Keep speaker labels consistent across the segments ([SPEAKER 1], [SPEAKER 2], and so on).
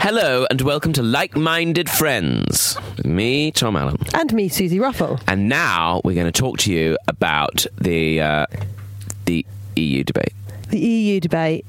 [SPEAKER 1] Hello and welcome to Like Minded Friends. With me, Tom Allen.
[SPEAKER 2] And me, Susie Ruffle.
[SPEAKER 1] And now we're going to talk to you about the uh, the EU debate.
[SPEAKER 2] The EU debate.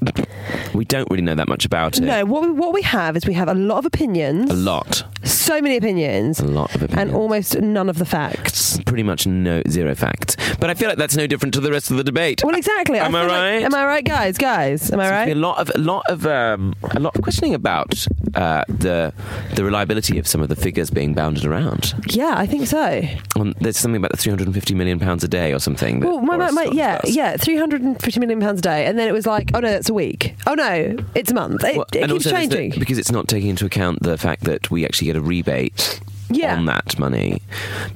[SPEAKER 1] We don't really know that much about it.
[SPEAKER 2] No, what we, what we have is we have a lot of opinions.
[SPEAKER 1] A lot.
[SPEAKER 2] So many opinions.
[SPEAKER 1] A lot of opinions.
[SPEAKER 2] And almost none of the facts.
[SPEAKER 1] Pretty much no zero facts. But I feel like that's no different to the rest of the debate.
[SPEAKER 2] Well, exactly.
[SPEAKER 1] Am I
[SPEAKER 2] feel like-
[SPEAKER 1] right?
[SPEAKER 2] am I right, guys? Guys, am I
[SPEAKER 1] There's
[SPEAKER 2] right?
[SPEAKER 1] been A lot of a lot of um, a lot of questioning about uh, the the reliability of some of the figures being bounded around.
[SPEAKER 2] Yeah, I think so.
[SPEAKER 1] Um, there's something about the 350 million pounds a day or something. that
[SPEAKER 2] Well, my, my,
[SPEAKER 1] Boris
[SPEAKER 2] my,
[SPEAKER 1] Johnson
[SPEAKER 2] yeah,
[SPEAKER 1] does.
[SPEAKER 2] yeah, three hundred and fifty million pounds a day, and then it was like, oh no, that's a week. Oh no, it's a month. It,
[SPEAKER 1] Well,
[SPEAKER 2] it
[SPEAKER 1] and
[SPEAKER 2] keeps
[SPEAKER 1] also there's the-
[SPEAKER 2] changing.
[SPEAKER 1] because it's not taking into account the fact that we actually get a rebate
[SPEAKER 2] Yeah.
[SPEAKER 1] on that money.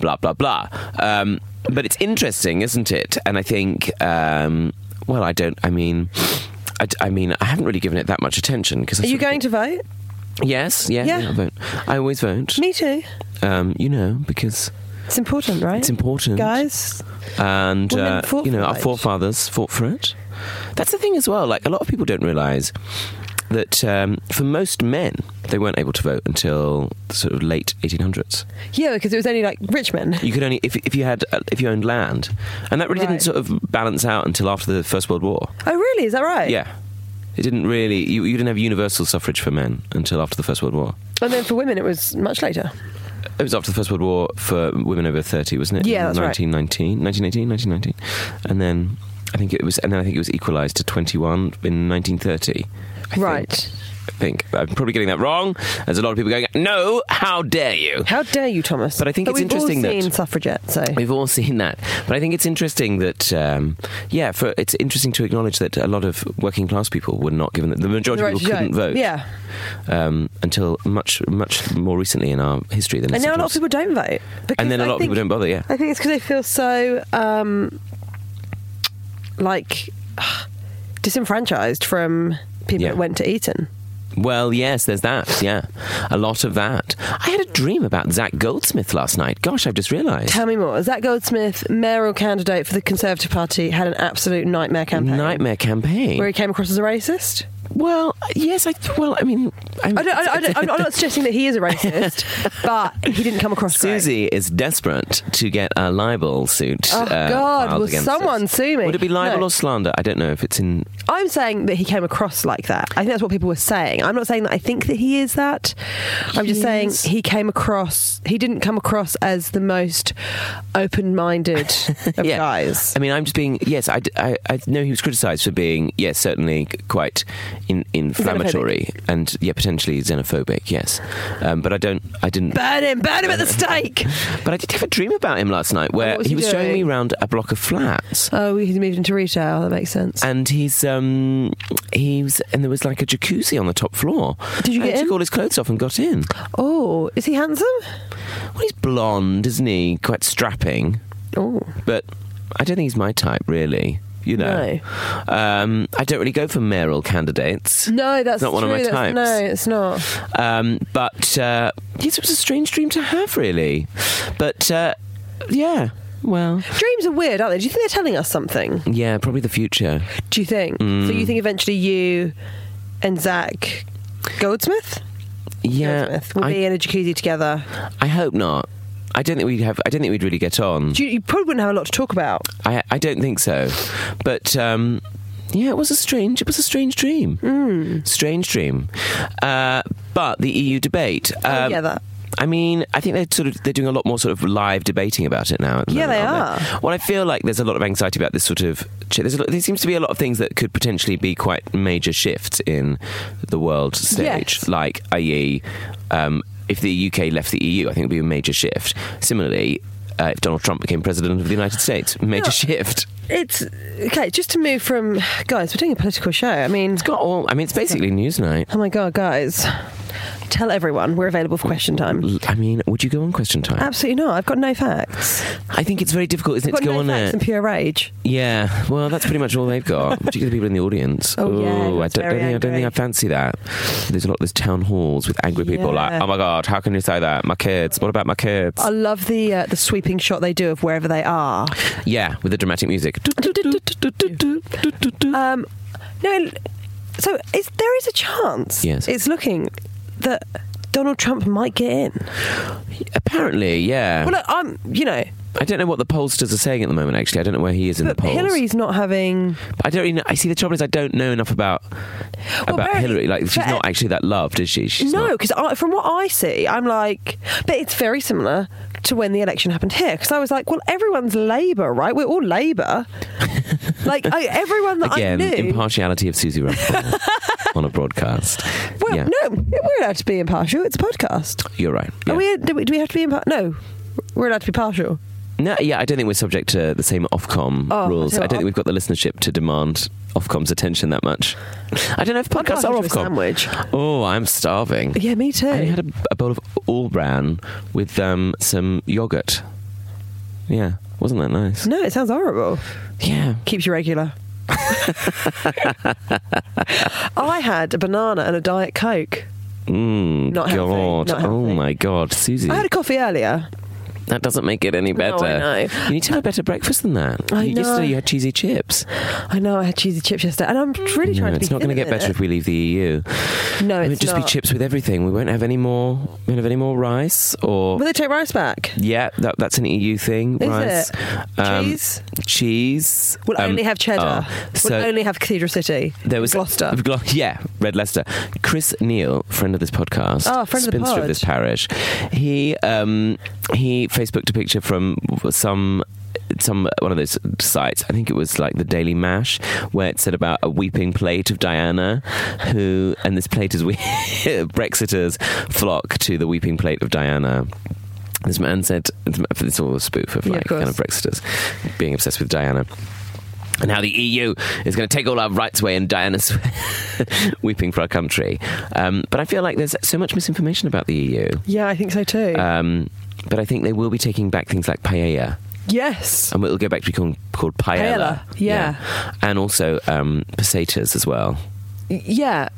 [SPEAKER 1] Blah blah blah. Um, but it's interesting, isn't it? And I think, um, well, I don't. I mean. I, d- I mean, I haven't really given it that much attention because
[SPEAKER 2] Are you going to vote?
[SPEAKER 1] Yes, yeah,
[SPEAKER 2] Yeah.
[SPEAKER 1] yeah. I vote. I always vote.
[SPEAKER 2] Me too.
[SPEAKER 1] Um, you know, because
[SPEAKER 2] It's important, right?
[SPEAKER 1] It's important.
[SPEAKER 2] guys.
[SPEAKER 1] and
[SPEAKER 2] Women
[SPEAKER 1] uh,
[SPEAKER 2] fought
[SPEAKER 1] you know
[SPEAKER 2] for
[SPEAKER 1] our
[SPEAKER 2] it.
[SPEAKER 1] forefathers fought for it. That's the thing as well. Like a lot of people don't realise that um, for most men they weren't able to vote until the sort of late 1800s.
[SPEAKER 2] Yeah, because it was only like rich men.
[SPEAKER 1] You could only if, if you had uh, if you owned land, and that really
[SPEAKER 2] Right.
[SPEAKER 1] didn't sort of balance out until after the First World War.
[SPEAKER 2] Oh, really? Is that right?
[SPEAKER 1] Yeah. It didn't really. You, you didn't have universal suffrage for men until after the First World War.
[SPEAKER 2] And then for women, it was much later.
[SPEAKER 1] It was after the First World War for women over 30, wasn't it?
[SPEAKER 2] Yeah, that's right.
[SPEAKER 1] 1919, 1918, 1919. And then I think it was and then I think it was equalized to 21 in 1930. I think.
[SPEAKER 2] Right.
[SPEAKER 1] I think I'm probably getting that wrong. There's a lot of people going, "No, how dare you?"
[SPEAKER 2] How dare you, Thomas?
[SPEAKER 1] But I think it's
[SPEAKER 2] we've
[SPEAKER 1] interesting
[SPEAKER 2] all
[SPEAKER 1] that-
[SPEAKER 2] seen suffragette, so
[SPEAKER 1] We've all seen that, but I think it's interesting that, um, yeah, for it's interesting to acknowledge that a lot of working class people were not given the, the majority
[SPEAKER 2] The right
[SPEAKER 1] of
[SPEAKER 2] to
[SPEAKER 1] people couldn't
[SPEAKER 2] vote.
[SPEAKER 1] vote
[SPEAKER 2] Yeah,
[SPEAKER 1] um, until much, much more recently in our history than.
[SPEAKER 2] and
[SPEAKER 1] it's
[SPEAKER 2] now a lot of
[SPEAKER 1] sometimes.
[SPEAKER 2] people don't vote. Because
[SPEAKER 1] and then
[SPEAKER 2] a
[SPEAKER 1] a lot of people don't bother. Yeah,
[SPEAKER 2] I think it's because they feel so um, like disenfranchised from people
[SPEAKER 1] Yeah.
[SPEAKER 2] that went to Eton.
[SPEAKER 1] Well, yes, there's that. Yeah, a lot of that. I had a dream about Zach Goldsmith last night. Gosh, I've just realised.
[SPEAKER 2] Tell me more. Zach Goldsmith, mayoral candidate for the Conservative Party, had an absolute nightmare campaign.
[SPEAKER 1] Nightmare campaign.
[SPEAKER 2] Where he came across as a racist.
[SPEAKER 1] well, yes. I well, I mean, I,
[SPEAKER 2] I don't, I don't, I don't, I'm I'm not suggesting that he is a racist, but he didn't come across. great.
[SPEAKER 1] Susie is desperate to get a libel suit.
[SPEAKER 2] Oh,
[SPEAKER 1] uh,
[SPEAKER 2] God,
[SPEAKER 1] filed
[SPEAKER 2] will
[SPEAKER 1] against
[SPEAKER 2] someone
[SPEAKER 1] us.
[SPEAKER 2] sue me?
[SPEAKER 1] Would it be libel
[SPEAKER 2] No.
[SPEAKER 1] or slander? I don't know if it's in.
[SPEAKER 2] I'm saying that he came across like that. I think that's what people were saying. I'm not saying that I think that he is that. I'm just saying
[SPEAKER 1] Yes.
[SPEAKER 2] he came across, he didn't come across as the most open minded of
[SPEAKER 1] Yeah. Um,
[SPEAKER 2] guys.
[SPEAKER 1] I mean, I'm just being. Yes, I, d- I- I know he was criticised for being. Yes, certainly c- quite in, inflammatory and yeah, potentially xenophobic. Yes, um, but I don't. I didn't.
[SPEAKER 2] Burn him, burn him at the stake.
[SPEAKER 1] But I did have a dream about him last night where
[SPEAKER 2] Oh, what was
[SPEAKER 1] he
[SPEAKER 2] he
[SPEAKER 1] was showing me
[SPEAKER 2] doing?
[SPEAKER 1] around a block of flats.
[SPEAKER 2] Oh, he's moved into retail. That makes sense.
[SPEAKER 1] And he's um he was and there was like a jacuzzi on the top floor.
[SPEAKER 2] Did you
[SPEAKER 1] And
[SPEAKER 2] get
[SPEAKER 1] he
[SPEAKER 2] in?
[SPEAKER 1] took all his clothes off and got in.
[SPEAKER 2] Oh, is he handsome?
[SPEAKER 1] Well, he's blonde, isn't he? Quite strapping,
[SPEAKER 2] Oh,
[SPEAKER 1] but I don't think he's my type really. You know, um, I don't really go for mayoral candidates.
[SPEAKER 2] no, that's
[SPEAKER 1] Not one of
[SPEAKER 2] true.
[SPEAKER 1] my types.
[SPEAKER 2] That's- No, it's not.
[SPEAKER 1] Um, but uh, yes, it was a strange dream to have, really. But uh, yeah, well,
[SPEAKER 2] Dreams are weird, aren't they? Do you think they're telling us something?
[SPEAKER 1] yeah, probably the future.
[SPEAKER 2] Do you think? So
[SPEAKER 1] Mm.
[SPEAKER 2] you think eventually you and Zach Goldsmith?
[SPEAKER 1] Yeah,
[SPEAKER 2] Goldsmith will
[SPEAKER 1] I
[SPEAKER 2] be in a jacuzzi together.
[SPEAKER 1] I hope not. I don't think we'd have. I don't think we'd really get on.
[SPEAKER 2] Do You, you probably wouldn't have a lot to talk about.
[SPEAKER 1] I I don't think so. But um, yeah, it was a strange. It was a strange dream.
[SPEAKER 2] Hmm.
[SPEAKER 1] Mm. Strange dream. Uh, but the EU debate.
[SPEAKER 2] Oh,
[SPEAKER 1] um,
[SPEAKER 2] yeah, that.
[SPEAKER 1] I mean, I think they're sort of they're doing a lot more sort of live debating about it now. at the
[SPEAKER 2] Yeah,
[SPEAKER 1] moment,
[SPEAKER 2] they
[SPEAKER 1] aren't Well, I feel like there's a lot of anxiety about this sort of. ch- There's a lot, there seems to be a lot of things that could potentially be quite major shifts in the world stage,
[SPEAKER 2] Yes.
[SPEAKER 1] like i.e. Um, if the UK left the EU, I think it would be a major shift. Similarly. Uh, if Donald Trump became president of the United States, major
[SPEAKER 2] No.
[SPEAKER 1] shift.
[SPEAKER 2] It's okay. Just to move from, guys, we're doing a political show. I mean,
[SPEAKER 1] It's got all. I mean, it's basically Newsnight.
[SPEAKER 2] oh my god, guys, tell everyone we're available for question time.
[SPEAKER 1] L- I mean, would you go on Question Time?
[SPEAKER 2] Absolutely not. I've got no facts.
[SPEAKER 1] I think it's very difficult, isn't
[SPEAKER 2] Um, I've
[SPEAKER 1] it,
[SPEAKER 2] got
[SPEAKER 1] to go
[SPEAKER 2] no
[SPEAKER 1] on there?
[SPEAKER 2] facts and pure rage.
[SPEAKER 1] Yeah, well, that's pretty much all they've got, particularly the people in the audience.
[SPEAKER 2] Oh, yeah,
[SPEAKER 1] Ooh, I
[SPEAKER 2] that's
[SPEAKER 1] don't, don't
[SPEAKER 2] very
[SPEAKER 1] think, I don't think I
[SPEAKER 2] angry.
[SPEAKER 1] fancy that. There's a lot of those town halls with angry people like,
[SPEAKER 2] Yeah.
[SPEAKER 1] oh my God, how can you say that? My kids, what about my kids?
[SPEAKER 2] I love the uh, the sweeping shot they do of wherever they are.
[SPEAKER 1] yeah, with the dramatic music.
[SPEAKER 2] Uh, Um, no, so is, there is a chance.
[SPEAKER 1] Yes.
[SPEAKER 2] it's looking that Donald Trump might get in.
[SPEAKER 1] Apparently, yeah.
[SPEAKER 2] Well, uh, look, I'm, you know,
[SPEAKER 1] I don't know what the pollsters are saying at the moment. Actually, I don't know where he is in the
[SPEAKER 2] but
[SPEAKER 1] polls.
[SPEAKER 2] Hillary's not having.
[SPEAKER 1] I don't. Really know, I see. The trouble is, I don't know enough about about
[SPEAKER 2] apparently-
[SPEAKER 1] Hillary. Like, she's
[SPEAKER 2] but-
[SPEAKER 1] not actually that loved, is she? She's
[SPEAKER 2] no,
[SPEAKER 1] not-
[SPEAKER 2] because from what I see, I'm like, but it's very similar to when the election happened here. Because I was like, well, everyone's Labour, right? We're all Labour. like I, everyone that
[SPEAKER 1] Again,
[SPEAKER 2] I knew.
[SPEAKER 1] impartiality of Susie Ruffle on a broadcast.
[SPEAKER 2] well,
[SPEAKER 1] yeah,
[SPEAKER 2] no, we're allowed to be impartial. It's a podcast.
[SPEAKER 1] you're right.
[SPEAKER 2] Are
[SPEAKER 1] Yeah.
[SPEAKER 2] we, do we? Do we have to be impartial? No, we're allowed to be partial.
[SPEAKER 1] No, yeah, I don't think we're subject to the same Ofcom
[SPEAKER 2] Oh,
[SPEAKER 1] rules.
[SPEAKER 2] so
[SPEAKER 1] I don't
[SPEAKER 2] Of-
[SPEAKER 1] think we've got the listenership to demand Ofcom's attention that much. I don't know if podcasts
[SPEAKER 2] partial
[SPEAKER 1] are
[SPEAKER 2] to a
[SPEAKER 1] Ofcom.
[SPEAKER 2] sandwich.
[SPEAKER 1] Oh, I'm starving.
[SPEAKER 2] Yeah, me too.
[SPEAKER 1] I had a, a bowl of all bran with um, some yogurt. Yeah, wasn't that nice?
[SPEAKER 2] no, it sounds horrible.
[SPEAKER 1] Yeah.
[SPEAKER 2] Keeps you regular. I had a banana and a diet coke.
[SPEAKER 1] Mm,
[SPEAKER 2] Not healthy,
[SPEAKER 1] God.
[SPEAKER 2] not
[SPEAKER 1] oh
[SPEAKER 2] healthy.
[SPEAKER 1] my God, Susie.
[SPEAKER 2] I had a coffee earlier.
[SPEAKER 1] That doesn't make it any
[SPEAKER 2] No, I
[SPEAKER 1] better.
[SPEAKER 2] know.
[SPEAKER 1] You need to have a better breakfast than that.
[SPEAKER 2] I
[SPEAKER 1] You-
[SPEAKER 2] know.
[SPEAKER 1] Yesterday you had cheesy chips.
[SPEAKER 2] I know I had cheesy chips yesterday, and I'm really trying
[SPEAKER 1] Mm, No,
[SPEAKER 2] to be.
[SPEAKER 1] it's not going to
[SPEAKER 2] thin
[SPEAKER 1] get
[SPEAKER 2] at the
[SPEAKER 1] better if we leave the E EU.
[SPEAKER 2] minute. No,
[SPEAKER 1] it
[SPEAKER 2] it's
[SPEAKER 1] would just
[SPEAKER 2] not.
[SPEAKER 1] be chips with everything. We won't have any more. We won't have any more rice or.
[SPEAKER 2] Will they take rice back?
[SPEAKER 1] yeah, that, that's an EU thing.
[SPEAKER 2] Is
[SPEAKER 1] rice, um,
[SPEAKER 2] it? Cheese?
[SPEAKER 1] cheese.
[SPEAKER 2] We'll
[SPEAKER 1] Um,
[SPEAKER 2] only have cheddar.
[SPEAKER 1] oh,
[SPEAKER 2] we'll only have Cathedral City.
[SPEAKER 1] There was
[SPEAKER 2] Gloucester.
[SPEAKER 1] Glo- yeah, Red Leicester. Chris Neal, friend of this podcast,
[SPEAKER 2] Oh, friend of the
[SPEAKER 1] spinster
[SPEAKER 2] pod.
[SPEAKER 1] this parish. He um, he Facebooked a picture from some some one of those sites. I think it was like the Daily Mash, where it said about a weeping plate of Diana, who and this plate is we Brexiters flock to the weeping plate of Diana. This man said, it's all a spoof of
[SPEAKER 2] Yeah,
[SPEAKER 1] like
[SPEAKER 2] of course.
[SPEAKER 1] kind of Brexiters being obsessed with Diana and how the EU is going to take all our rights away and Diana's weeping for our country. Um, but I feel like there's so much misinformation about the EU.
[SPEAKER 2] yeah, I think so too.
[SPEAKER 1] Um, but I think they will be taking back things like paella,
[SPEAKER 2] yes.
[SPEAKER 1] and it'll go back to be called, called paella.
[SPEAKER 2] Paella, yeah.
[SPEAKER 1] and also um, pesetas as well.
[SPEAKER 2] yeah.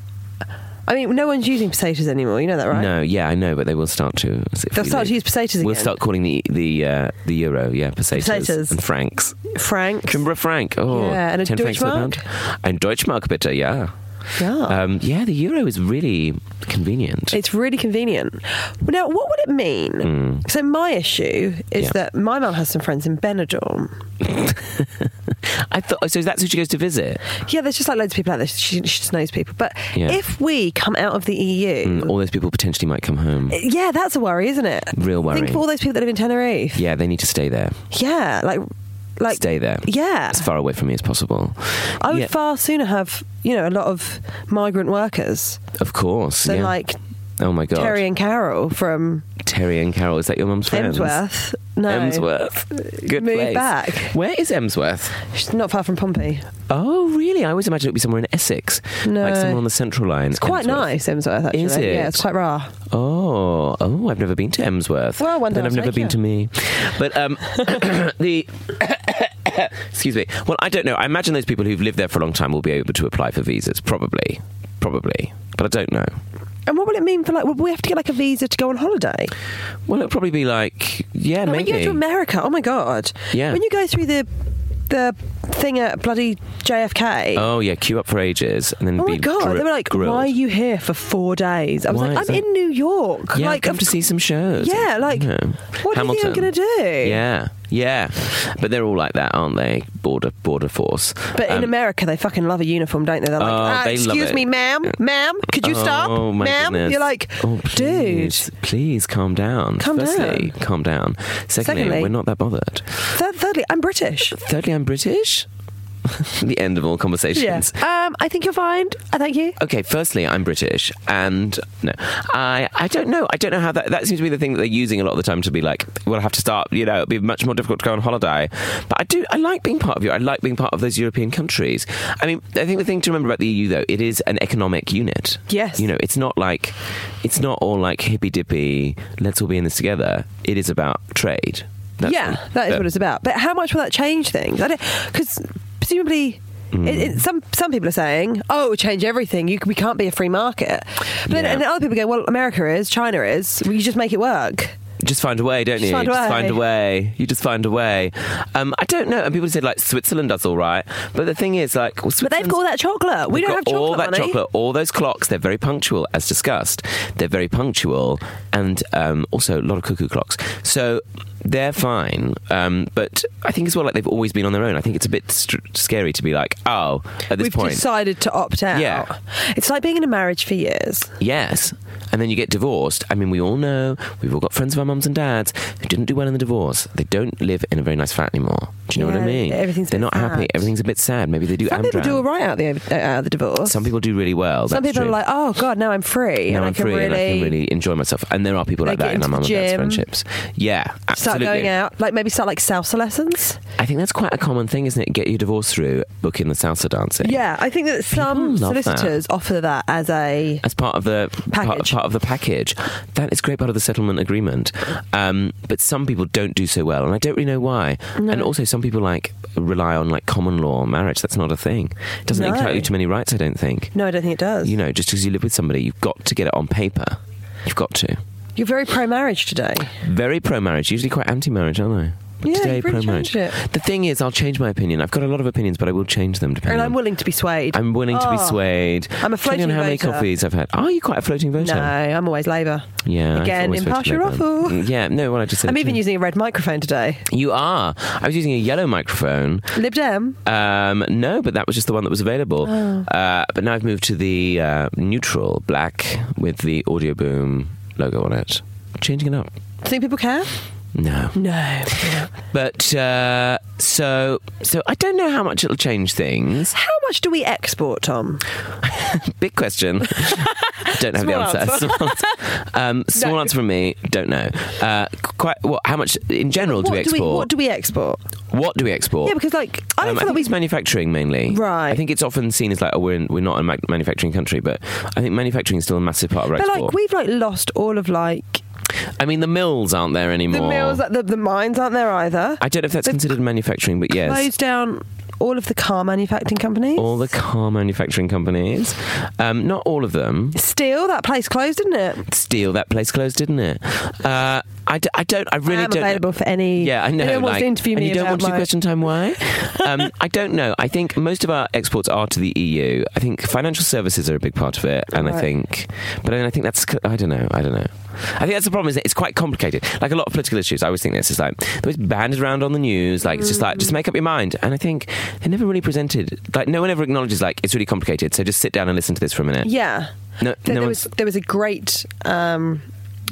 [SPEAKER 2] I mean, no one's using potatoes anymore. You know that, right?
[SPEAKER 1] No, yeah, I know, but they will start to. if
[SPEAKER 2] They'll
[SPEAKER 1] we
[SPEAKER 2] start
[SPEAKER 1] leave.
[SPEAKER 2] to use potatoes again.
[SPEAKER 1] We'll start calling the the uh, the euro, yeah, pesetas,
[SPEAKER 2] Pesetas.
[SPEAKER 1] and francs.
[SPEAKER 2] Frank.
[SPEAKER 1] Timbre franc, oh,
[SPEAKER 2] Yeah, and a
[SPEAKER 1] 10 francs
[SPEAKER 2] Deutschmark? Oh.
[SPEAKER 1] per pound. And Deutschmark, bitte, yeah.
[SPEAKER 2] Yeah.
[SPEAKER 1] Um, yeah, the euro is really convenient.
[SPEAKER 2] It's really convenient. Now, what would it mean? So, my issue is
[SPEAKER 1] Hmm. Yeah.
[SPEAKER 2] that my mum has some friends in Benidorm.
[SPEAKER 1] I thought so. That's who she goes to visit,
[SPEAKER 2] Yeah, there's just like loads of people out there. She, she just knows people. But
[SPEAKER 1] Yeah.
[SPEAKER 2] if we come out of the EU,
[SPEAKER 1] and Mm, all those people potentially might come home.
[SPEAKER 2] yeah, that's a worry, isn't it?
[SPEAKER 1] Real worry.
[SPEAKER 2] Think of all those people that live in Tenerife.
[SPEAKER 1] yeah, they need to stay there.
[SPEAKER 2] Yeah, like, like,
[SPEAKER 1] stay there.
[SPEAKER 2] yeah.
[SPEAKER 1] As far away from me as possible.
[SPEAKER 2] I would
[SPEAKER 1] Yeah,
[SPEAKER 2] far sooner have you know a lot of migrant workers
[SPEAKER 1] of course.
[SPEAKER 2] than
[SPEAKER 1] yeah.
[SPEAKER 2] like
[SPEAKER 1] oh my god,
[SPEAKER 2] Terry and Carol from
[SPEAKER 1] Terry and Carol. Is that your mum's friends?
[SPEAKER 2] Emsworth. No,
[SPEAKER 1] Emsworth. Good
[SPEAKER 2] Move
[SPEAKER 1] place.
[SPEAKER 2] back.
[SPEAKER 1] Where is Emsworth?
[SPEAKER 2] She's not far from Pompey.
[SPEAKER 1] Oh, really? I always imagined it would be somewhere in Essex,
[SPEAKER 2] No.
[SPEAKER 1] like somewhere on the Central Line.
[SPEAKER 2] It's quite nice, Emsworth. Actually,
[SPEAKER 1] Is it?
[SPEAKER 2] yeah, it's quite rare.
[SPEAKER 1] Oh, oh! I've never been to Emsworth.
[SPEAKER 2] Well, one day
[SPEAKER 1] then I've
[SPEAKER 2] I'll
[SPEAKER 1] never
[SPEAKER 2] take
[SPEAKER 1] been
[SPEAKER 2] you.
[SPEAKER 1] to me. But um, the excuse me. Well, I don't know. I imagine those people who've lived there for a long time will be able to apply for visas, probably, probably. But I don't know.
[SPEAKER 2] And what will it mean for like? Would we have to get like a visa to go on holiday?
[SPEAKER 1] Well, it'll probably be like, yeah,
[SPEAKER 2] Like, When you
[SPEAKER 1] maybe.
[SPEAKER 2] go to America, oh my god!
[SPEAKER 1] Yeah.
[SPEAKER 2] When you go through the the thing at bloody JFK.
[SPEAKER 1] oh yeah, queue up for ages and then
[SPEAKER 2] Oh
[SPEAKER 1] be
[SPEAKER 2] my god!
[SPEAKER 1] dri-
[SPEAKER 2] They were like,
[SPEAKER 1] grilled.
[SPEAKER 2] "Why are you here for four days?" I was
[SPEAKER 1] Why
[SPEAKER 2] like, "I'm
[SPEAKER 1] is that-
[SPEAKER 2] in New York.
[SPEAKER 1] Yeah,
[SPEAKER 2] like,
[SPEAKER 1] come
[SPEAKER 2] of
[SPEAKER 1] to see some shows.
[SPEAKER 2] Yeah, like,
[SPEAKER 1] You know,
[SPEAKER 2] what do you think I'm
[SPEAKER 1] Hamilton.
[SPEAKER 2] gonna do?
[SPEAKER 1] Yeah, yeah. But they're all like that, aren't they? Border border force.
[SPEAKER 2] But in
[SPEAKER 1] Um,
[SPEAKER 2] America, they fucking love a uniform, don't they? They're like,
[SPEAKER 1] Oh,
[SPEAKER 2] "Ah,
[SPEAKER 1] they love
[SPEAKER 2] excuse
[SPEAKER 1] it.
[SPEAKER 2] me, ma'am, ma'am, could you stop?
[SPEAKER 1] Oh my
[SPEAKER 2] ma'am?
[SPEAKER 1] goodness.
[SPEAKER 2] You're like,
[SPEAKER 1] oh,
[SPEAKER 2] dude.
[SPEAKER 1] please, please calm down.
[SPEAKER 2] Calm
[SPEAKER 1] Firstly,
[SPEAKER 2] down.
[SPEAKER 1] calm down. Secondly,
[SPEAKER 2] Secondly-
[SPEAKER 1] we're not that bothered.
[SPEAKER 2] Third, thirdly, I'm British.
[SPEAKER 1] Thirdly, I'm British. the end of all conversations.
[SPEAKER 2] Um, I think you're fine. Uh, thank you.
[SPEAKER 1] Okay, firstly, I'm British, and no, I I don't know. I don't know how that that seems to be the thing that they're using a lot of the time to be like, well, I have to start. You know, it'll be much more difficult to go on holiday. But I do. I like being part of Europe. I like being part of those European countries. I mean, I think the thing to remember about the EU though, it is an economic unit.
[SPEAKER 2] Yes.
[SPEAKER 1] You know, it's not like it's not all like hippy dippy. Let's all be in this together. It is about trade. That's
[SPEAKER 2] yeah,
[SPEAKER 1] the-
[SPEAKER 2] that is
[SPEAKER 1] uh,
[SPEAKER 2] what it's about. But how much will that change things? I don't because presumably. It,
[SPEAKER 1] Mm.
[SPEAKER 2] it, some some people are saying, "Oh, it'll change everything. You, c- we can't be a free market." But then,
[SPEAKER 1] Yeah.
[SPEAKER 2] and then other people go, "Well, America is, China is. Well, you just make it work."
[SPEAKER 1] just find a way, don't
[SPEAKER 2] Just
[SPEAKER 1] you?
[SPEAKER 2] find a
[SPEAKER 1] just
[SPEAKER 2] way.
[SPEAKER 1] find a way. You just find a way. Um, I don't know. And people said like Switzerland does all right, but the thing is like, well,
[SPEAKER 2] But they've
[SPEAKER 1] Switzerland's-
[SPEAKER 2] got all that chocolate. We
[SPEAKER 1] They've
[SPEAKER 2] don't have
[SPEAKER 1] got
[SPEAKER 2] chocolate
[SPEAKER 1] all that
[SPEAKER 2] money.
[SPEAKER 1] chocolate, all those clocks. They're very punctual, as discussed. They're very punctual, and um, also a lot of cuckoo clocks. So they're fine. Um, but I think as well, like they've always been on their own. I think it's a bit str scary to be like, oh, at this
[SPEAKER 2] We've
[SPEAKER 1] point,
[SPEAKER 2] decided to opt out.
[SPEAKER 1] Yeah.
[SPEAKER 2] It's like being in a marriage for years.
[SPEAKER 1] yes. And then you get divorced. I mean, we all know we've all got friends of our mums and dads who didn't do well in the divorce. They don't live in a very nice flat anymore. Do you know what
[SPEAKER 2] Yeah,
[SPEAKER 1] I mean?
[SPEAKER 2] everything's a
[SPEAKER 1] They're not
[SPEAKER 2] bit
[SPEAKER 1] happy.
[SPEAKER 2] sad.
[SPEAKER 1] Everything's a bit sad. Maybe they do.
[SPEAKER 2] Some people
[SPEAKER 1] Amdram.
[SPEAKER 2] do all right out of the, out of the divorce.
[SPEAKER 1] Some people do really well.
[SPEAKER 2] Some
[SPEAKER 1] that's
[SPEAKER 2] people
[SPEAKER 1] true.
[SPEAKER 2] are like, oh, God, now I'm free.
[SPEAKER 1] now
[SPEAKER 2] and
[SPEAKER 1] I'm free and I can really enjoy myself. And there are people like
[SPEAKER 2] They
[SPEAKER 1] that
[SPEAKER 2] get
[SPEAKER 1] in our
[SPEAKER 2] into
[SPEAKER 1] mum and
[SPEAKER 2] the
[SPEAKER 1] dad's
[SPEAKER 2] gym.
[SPEAKER 1] friendships. Yeah,
[SPEAKER 2] Start
[SPEAKER 1] absolutely.
[SPEAKER 2] going out, like maybe start like salsa lessons.
[SPEAKER 1] I think that's quite a common thing, isn't it? Get your divorce through booking the salsa dancing.
[SPEAKER 2] Yeah, I think that some
[SPEAKER 1] love that.
[SPEAKER 2] solicitors offer that as a
[SPEAKER 1] As part of the part,
[SPEAKER 2] Package.
[SPEAKER 1] part of the package, that is a great part of the settlement agreement. Um, but some people don't do so well, and I don't really know why. And also, some people like rely on like common law marriage. That's not a thing. It doesn't
[SPEAKER 2] No.
[SPEAKER 1] entitle you to many rights. I don't think.
[SPEAKER 2] No, I don't think it does.
[SPEAKER 1] You
[SPEAKER 2] You
[SPEAKER 1] know, just because you live with somebody, you've got to get it on paper. You've got to.
[SPEAKER 2] are very pro marriage today.
[SPEAKER 1] Very pro marriage, usually quite anti marriage, aren't I? But
[SPEAKER 2] Yeah,
[SPEAKER 1] today,
[SPEAKER 2] you've really
[SPEAKER 1] pro marriage.
[SPEAKER 2] changed
[SPEAKER 1] The thing is, I'll change my opinion. I've got a lot of opinions, but I will change them depending.
[SPEAKER 2] And I'm
[SPEAKER 1] on,
[SPEAKER 2] willing to be swayed.
[SPEAKER 1] I'm willing to be
[SPEAKER 2] Oh.
[SPEAKER 1] swayed.
[SPEAKER 2] I'm a
[SPEAKER 1] Depending on
[SPEAKER 2] floating
[SPEAKER 1] how many
[SPEAKER 2] voter.
[SPEAKER 1] coffees I've had. Are you quite a floating voter?
[SPEAKER 2] No, I'm always Labour.
[SPEAKER 1] Yeah. I've
[SPEAKER 2] Again,
[SPEAKER 1] always voted
[SPEAKER 2] impartial
[SPEAKER 1] Labour.
[SPEAKER 2] raffle.
[SPEAKER 1] Mm, Yeah. No. Well, I just said.
[SPEAKER 2] I'm
[SPEAKER 1] it
[SPEAKER 2] even
[SPEAKER 1] too.
[SPEAKER 2] using a red microphone today.
[SPEAKER 1] You are. I was using a yellow microphone.
[SPEAKER 2] Lib Dem.
[SPEAKER 1] Um, no, but that was just the one that was available.
[SPEAKER 2] Oh.
[SPEAKER 1] Uh, but now I've moved to the uh, neutral black with the Audio Boom logo on it. Changing it up.
[SPEAKER 2] Think people care?
[SPEAKER 1] No.
[SPEAKER 2] No.
[SPEAKER 1] But uh, so so I don't know how much it'll change things.
[SPEAKER 2] How much do we export, Tom?
[SPEAKER 1] Big question. don't have the
[SPEAKER 2] Small
[SPEAKER 1] answer.
[SPEAKER 2] answer.
[SPEAKER 1] Small answer. Um, small
[SPEAKER 2] No.
[SPEAKER 1] answer from me. Don't know. Uh, qu- quite. Well, how much in general do we
[SPEAKER 2] what, do we, what
[SPEAKER 1] export?
[SPEAKER 2] do we export?
[SPEAKER 1] what do we export?
[SPEAKER 2] Yeah, because like I don't
[SPEAKER 1] Um, I
[SPEAKER 2] feel
[SPEAKER 1] think
[SPEAKER 2] like
[SPEAKER 1] it's manufacturing mainly.
[SPEAKER 2] Right.
[SPEAKER 1] I think it's often seen as like, oh, we're, in, we're not a ma- manufacturing country, but I think manufacturing is still a massive part of our
[SPEAKER 2] but
[SPEAKER 1] export.
[SPEAKER 2] like we've like lost all of like
[SPEAKER 1] I mean, the mills aren't there
[SPEAKER 2] the
[SPEAKER 1] anymore.
[SPEAKER 2] mills, the, the mines aren't there either.
[SPEAKER 1] I don't know if that's
[SPEAKER 2] They've
[SPEAKER 1] considered manufacturing, but yes.
[SPEAKER 2] Closed down all of the car manufacturing companies.
[SPEAKER 1] All the car manufacturing companies. Um, not all of them.
[SPEAKER 2] Steel, that place closed, didn't it?
[SPEAKER 1] Steal that place closed, didn't it? Uh, I, d- I don't. I really
[SPEAKER 2] I'm
[SPEAKER 1] don't.
[SPEAKER 2] available for any.
[SPEAKER 1] Yeah, I know.
[SPEAKER 2] Anyone wants
[SPEAKER 1] like-
[SPEAKER 2] to interview
[SPEAKER 1] and
[SPEAKER 2] me
[SPEAKER 1] you don't
[SPEAKER 2] about
[SPEAKER 1] want to do
[SPEAKER 2] my-
[SPEAKER 1] question time. Why? um, I don't know. I think most of our exports are to the EU. I think financial services are a big part of it, and I
[SPEAKER 2] Right.
[SPEAKER 1] think, but then I think that's. c- I don't know. I don't know. I think that's the problem. Is that it's quite complicated. Like a lot of political issues, I always think this is like they're always banded around on the news. Like it's just like just make up your mind. And I think they never really presented. Like no one ever acknowledges. Like it's really complicated. So just sit down and listen to this for a minute.
[SPEAKER 2] Yeah.
[SPEAKER 1] No, no
[SPEAKER 2] There, there
[SPEAKER 1] one's
[SPEAKER 2] was there was a great um,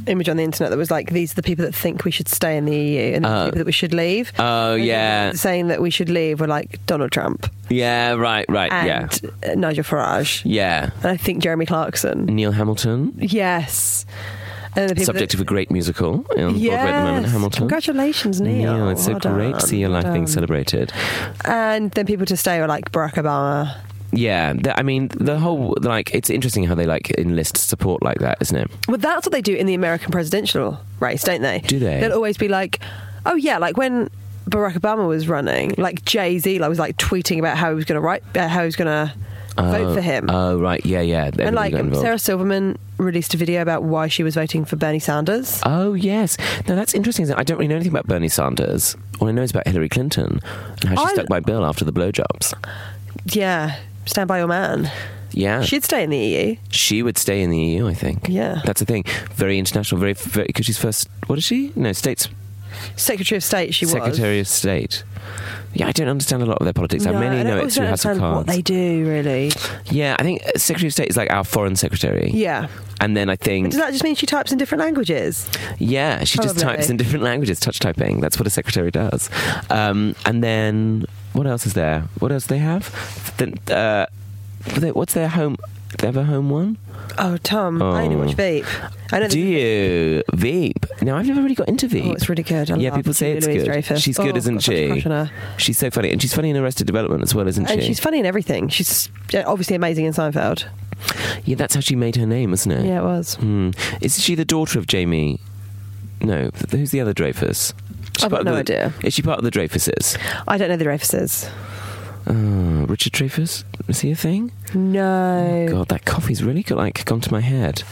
[SPEAKER 2] image on the internet that was like these are the people that think we should stay in the EU and these are
[SPEAKER 1] Oh.
[SPEAKER 2] the people that we should leave.
[SPEAKER 1] Oh
[SPEAKER 2] And the
[SPEAKER 1] yeah,
[SPEAKER 2] people saying that we should leave were like Donald Trump
[SPEAKER 1] yeah, right, right, yeah,
[SPEAKER 2] and uh Nigel Farage
[SPEAKER 1] yeah.
[SPEAKER 2] and I think Jeremy Clarkson.
[SPEAKER 1] Neil Hamilton,
[SPEAKER 2] Yes, and the people
[SPEAKER 1] subject
[SPEAKER 2] that,
[SPEAKER 1] of a great musical on Broadway at the moment.
[SPEAKER 2] Yes.
[SPEAKER 1] Hamilton.
[SPEAKER 2] Congratulations, Neil.
[SPEAKER 1] Neil, it's so
[SPEAKER 2] Well
[SPEAKER 1] great to
[SPEAKER 2] done.
[SPEAKER 1] see your life
[SPEAKER 2] Well
[SPEAKER 1] being
[SPEAKER 2] done.
[SPEAKER 1] celebrated.
[SPEAKER 2] And then people to stay were like Barack Obama.
[SPEAKER 1] Yeah, the, I mean the whole like it's interesting how they like enlist support like that, isn't it?
[SPEAKER 2] Well, that's what they do in the American presidential race, don't they?
[SPEAKER 1] Do they?
[SPEAKER 2] They'll always be like, oh, yeah, like when Barack Obama was running, like Jay Z like, was like tweeting about how he was going to write, uh, how he was going to vote for him.
[SPEAKER 1] Oh right, yeah, yeah.
[SPEAKER 2] and
[SPEAKER 1] everybody
[SPEAKER 2] like
[SPEAKER 1] got
[SPEAKER 2] um,
[SPEAKER 1] involved.
[SPEAKER 2] Sarah Silverman released a video about why she was voting for Bernie Sanders.
[SPEAKER 1] Oh yes, now that's interesting. isn't it? I don't really know anything about Bernie Sanders. All I know is about Hillary Clinton and how she
[SPEAKER 2] I-
[SPEAKER 1] stuck by Bill after the blowjobs.
[SPEAKER 2] Yeah, stand by your man.
[SPEAKER 1] Yeah, she,
[SPEAKER 2] She'd stay in the EU.
[SPEAKER 1] would stay in the EU, I think.
[SPEAKER 2] Yeah.
[SPEAKER 1] that's the thing. Very international. Very because she's first. What is she? No, states
[SPEAKER 2] Secretary of State, she
[SPEAKER 1] Secretary of State. Yeah, I don't understand a lot of their politics.
[SPEAKER 2] was.
[SPEAKER 1] I
[SPEAKER 2] No,
[SPEAKER 1] mainly
[SPEAKER 2] don't-
[SPEAKER 1] know it
[SPEAKER 2] also
[SPEAKER 1] through
[SPEAKER 2] don't
[SPEAKER 1] House of
[SPEAKER 2] understand
[SPEAKER 1] Cards.
[SPEAKER 2] What they do, really.
[SPEAKER 1] Yeah, I think uh, Secretary of State is like our foreign secretary.
[SPEAKER 2] Yeah.
[SPEAKER 1] And then I think,
[SPEAKER 2] Does that just mean she types in different languages?
[SPEAKER 1] yeah, she just
[SPEAKER 2] Probably.
[SPEAKER 1] types in different languages, touch typing. That's what a secretary does. Um, and then, what else is there? What else do they have? Then, uh, they- what's their home? do They have a home one?
[SPEAKER 2] Oh, Tom, I only
[SPEAKER 1] Oh.
[SPEAKER 2] watch Veep. I know
[SPEAKER 1] Do you? Veep. Now, I've never really got into Veep.
[SPEAKER 2] Oh, it's really good. I
[SPEAKER 1] yeah,
[SPEAKER 2] love
[SPEAKER 1] people say
[SPEAKER 2] Julia
[SPEAKER 1] it's good.
[SPEAKER 2] Louis-Dreyfus.
[SPEAKER 1] She's good,
[SPEAKER 2] Oh,
[SPEAKER 1] isn't
[SPEAKER 2] I've got such a
[SPEAKER 1] she?
[SPEAKER 2] crush on her.
[SPEAKER 1] She's so funny. And she's funny in Arrested Development as well, isn't
[SPEAKER 2] And
[SPEAKER 1] she?
[SPEAKER 2] she's funny in everything. She's yeah, obviously amazing in Seinfeld.
[SPEAKER 1] yeah, that's how she made her name, isn't it?
[SPEAKER 2] Yeah, it was.
[SPEAKER 1] Hmm. Is she the daughter of Jamie? No. th- Who's the other Dreyfus? She's part
[SPEAKER 2] I've got
[SPEAKER 1] of
[SPEAKER 2] no
[SPEAKER 1] the-
[SPEAKER 2] idea.
[SPEAKER 1] Is she part of the Dreyfuses?
[SPEAKER 2] I don't know the Dreyfuses.
[SPEAKER 1] Oh, Richard Dreyfuss, is he a thing? Oh,
[SPEAKER 2] No.
[SPEAKER 1] God, that coffee's really got like gone to my head.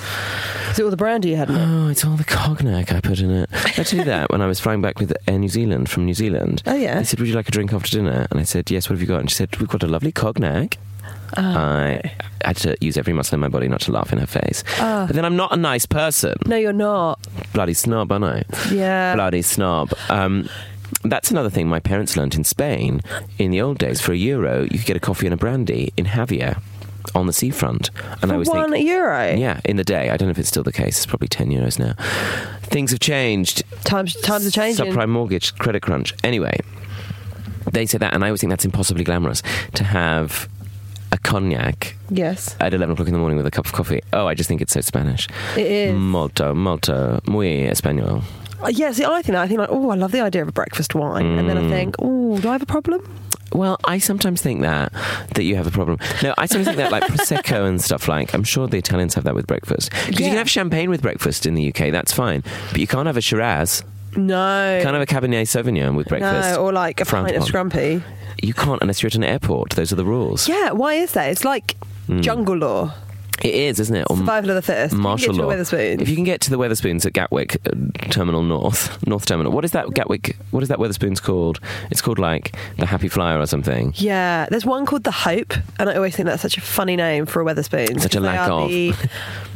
[SPEAKER 2] Is it all the brandy you had? in it?
[SPEAKER 1] Oh, it's all the cognac I put in it. I did that when I was flying back with Air New Zealand from New Zealand.
[SPEAKER 2] Oh yeah.
[SPEAKER 1] They said, "Would you like a drink after dinner?" And I said, "Yes." What have you got? And she said, "We've got a lovely cognac."
[SPEAKER 2] Oh,
[SPEAKER 1] I had to use every muscle in my body not to laugh in her face.
[SPEAKER 2] Ah.
[SPEAKER 1] But then I'm not a nice person.
[SPEAKER 2] No, you're not.
[SPEAKER 1] Bloody snob, aren't I?
[SPEAKER 2] Yeah.
[SPEAKER 1] Bloody snob. Um, that's another thing my parents learnt in Spain in the old days. For a euro, you could get a coffee and a brandy in Javier on the seafront. And I
[SPEAKER 2] For
[SPEAKER 1] was
[SPEAKER 2] one
[SPEAKER 1] thinking,
[SPEAKER 2] euro.
[SPEAKER 1] yeah, in the day. I don't know if it's still the case. It's probably 10 euros now. Things have changed.
[SPEAKER 2] Times times are changing.
[SPEAKER 1] Subprime mortgage, credit crunch. Anyway, they say that, and I always think that's impossibly glamorous to have a cognac
[SPEAKER 2] Yes.
[SPEAKER 1] at 11 o'clock in the morning with a cup of coffee. Oh, I just think it's so Spanish.
[SPEAKER 2] It is.
[SPEAKER 1] Molto, molto, muy español.
[SPEAKER 2] Uh, Yeah, see, I think that. I think, like, oh, I love the idea of a breakfast wine.
[SPEAKER 1] Mm.
[SPEAKER 2] And then I think, oh, do I have a problem?
[SPEAKER 1] Well, I sometimes think that that you have a problem. No, I sometimes think that like prosecco and stuff. Like, I'm sure the Italians have that with breakfast because you
[SPEAKER 2] Yeah.
[SPEAKER 1] can have champagne with breakfast in the UK. That's fine, but you can't have a Shiraz.
[SPEAKER 2] No.
[SPEAKER 1] You can't have a Cabernet Sauvignon with breakfast.
[SPEAKER 2] Uh, No, or like a
[SPEAKER 1] Frowned
[SPEAKER 2] pint of
[SPEAKER 1] upon.
[SPEAKER 2] scrumpy.
[SPEAKER 1] You can't unless you're at an airport. Those are the rules.
[SPEAKER 2] Yeah, why is that? It's like
[SPEAKER 1] Hmm.
[SPEAKER 2] jungle law,
[SPEAKER 1] It is, isn't it? Or m-
[SPEAKER 2] survival of the fittest. You can
[SPEAKER 1] Um, martial
[SPEAKER 2] get to a
[SPEAKER 1] law.
[SPEAKER 2] Wetherspoon.
[SPEAKER 1] If you can get to the Weatherspoons at Gatwick uh, Terminal North, North Terminal. What is that Gatwick? What is that Weatherspoons called? It's called like the Happy Flyer or something.
[SPEAKER 2] yeah, there's one called the Hope, and I always think that's such a funny name for a Wetherspoon.
[SPEAKER 1] Such a
[SPEAKER 2] They
[SPEAKER 1] lack
[SPEAKER 2] are
[SPEAKER 1] of.
[SPEAKER 2] the